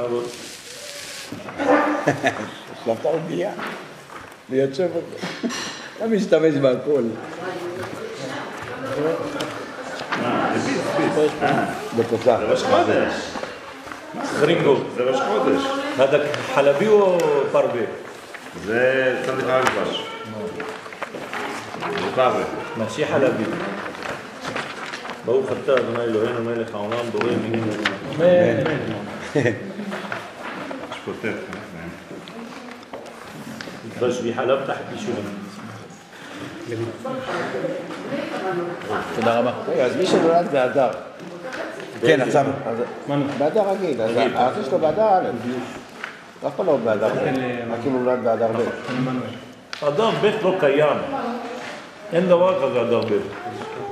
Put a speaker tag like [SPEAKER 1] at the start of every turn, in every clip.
[SPEAKER 1] אבל
[SPEAKER 2] החלפת עוגייה, לייצב אותה. אתה משתמש בהכל.
[SPEAKER 1] מה, זה ביס, ביס. אה,
[SPEAKER 2] בתוצאה.
[SPEAKER 1] זה ראש חודש.
[SPEAKER 3] חרינגו.
[SPEAKER 1] זה ראש חודש.
[SPEAKER 3] هذا حلبي وباربي
[SPEAKER 1] זה צדיק אגבש. זה
[SPEAKER 3] ماشي حلبي ברוך אתה אדוני אלוהינו מלך העולם בורא מינים לעולם.
[SPEAKER 1] שפוטט.
[SPEAKER 3] נקדש בי חלב תחת יישובים.
[SPEAKER 4] תודה רבה.
[SPEAKER 2] רגע, אז מי שנולד באדר.
[SPEAKER 3] כן, עכשיו.
[SPEAKER 2] אז- באדר רגיל, אז האחי שלו באדר א'. אף פעם לא באדר ב', רק אם הוא נולד באדר ב'.
[SPEAKER 3] אדם ב' לא קיים. אין דבר כזה אדר ב'.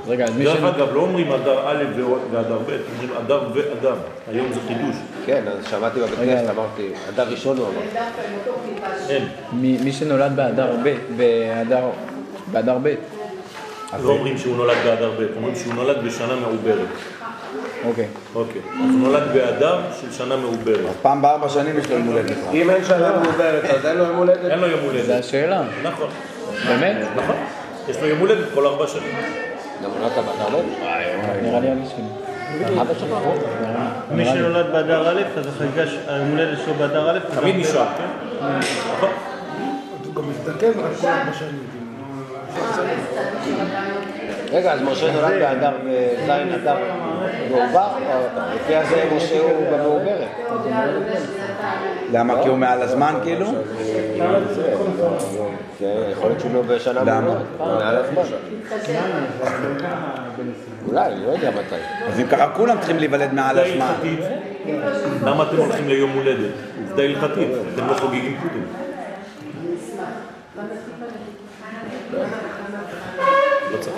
[SPEAKER 4] רגע, אז מי
[SPEAKER 3] דרך
[SPEAKER 4] שנולד...
[SPEAKER 3] אגב, לא אומרים אדר א' ואדר ב', אומרים אדר ואדם. היום זה חידוש.
[SPEAKER 2] כן, אז שמעתי בבית
[SPEAKER 4] רגע.
[SPEAKER 2] כנסת, אמרתי, אדר ראשון הוא אמר.
[SPEAKER 3] אין.
[SPEAKER 4] מי מי שנולד באדר ב', באדר... באדר ב',
[SPEAKER 3] לא אומרים שהוא נולד באדר ב', אומרים שהוא נולד בשנה מעוברת.
[SPEAKER 4] אוקיי.
[SPEAKER 3] אוקיי. אז הוא נולד באדר של שנה מעוברת.
[SPEAKER 2] פעם בארבע שנים יש לו יום הולדת.
[SPEAKER 5] אם אין שנה מעוברת, אז אין לו יום הולדת?
[SPEAKER 3] אין לו יום
[SPEAKER 4] זו
[SPEAKER 3] הולדת.
[SPEAKER 4] השאלה,
[SPEAKER 3] נכון.
[SPEAKER 4] באמת?
[SPEAKER 3] נכון. יש לו יום הולדת כל ארבע שנים.
[SPEAKER 2] גם אה, נולדת באדר ב'?
[SPEAKER 4] נראה לי על השאלה.
[SPEAKER 2] אבא שלך.
[SPEAKER 6] מי שנולד באדר א', אז החגיגה, ש- היום הולדת שלו באדר א', אז
[SPEAKER 3] תמיד
[SPEAKER 6] הרבה-
[SPEAKER 3] נשאר, כן? נכון.
[SPEAKER 5] הוא גם מזדקן רק כל ארבע שנים.
[SPEAKER 2] רגע, אז משה נולד באדר ב', זין אדר בעובר? או- לפי הזה משה הוא במעוברת.
[SPEAKER 7] למה? כי הוא מעל הזמן כאילו?
[SPEAKER 2] כן, יכול להיות שהוא לא בשנה מעוברת. מעל הזמן. אולי, לא יודע מתי.
[SPEAKER 7] אז אם ככה כולם צריכים להיוולד מעל
[SPEAKER 3] עובדה
[SPEAKER 7] הזמן.
[SPEAKER 3] הלכתית, למה אתם הולכים ליום הולדת? עובדה הלכתית, אתם לא חוגגים פורים. לא צריך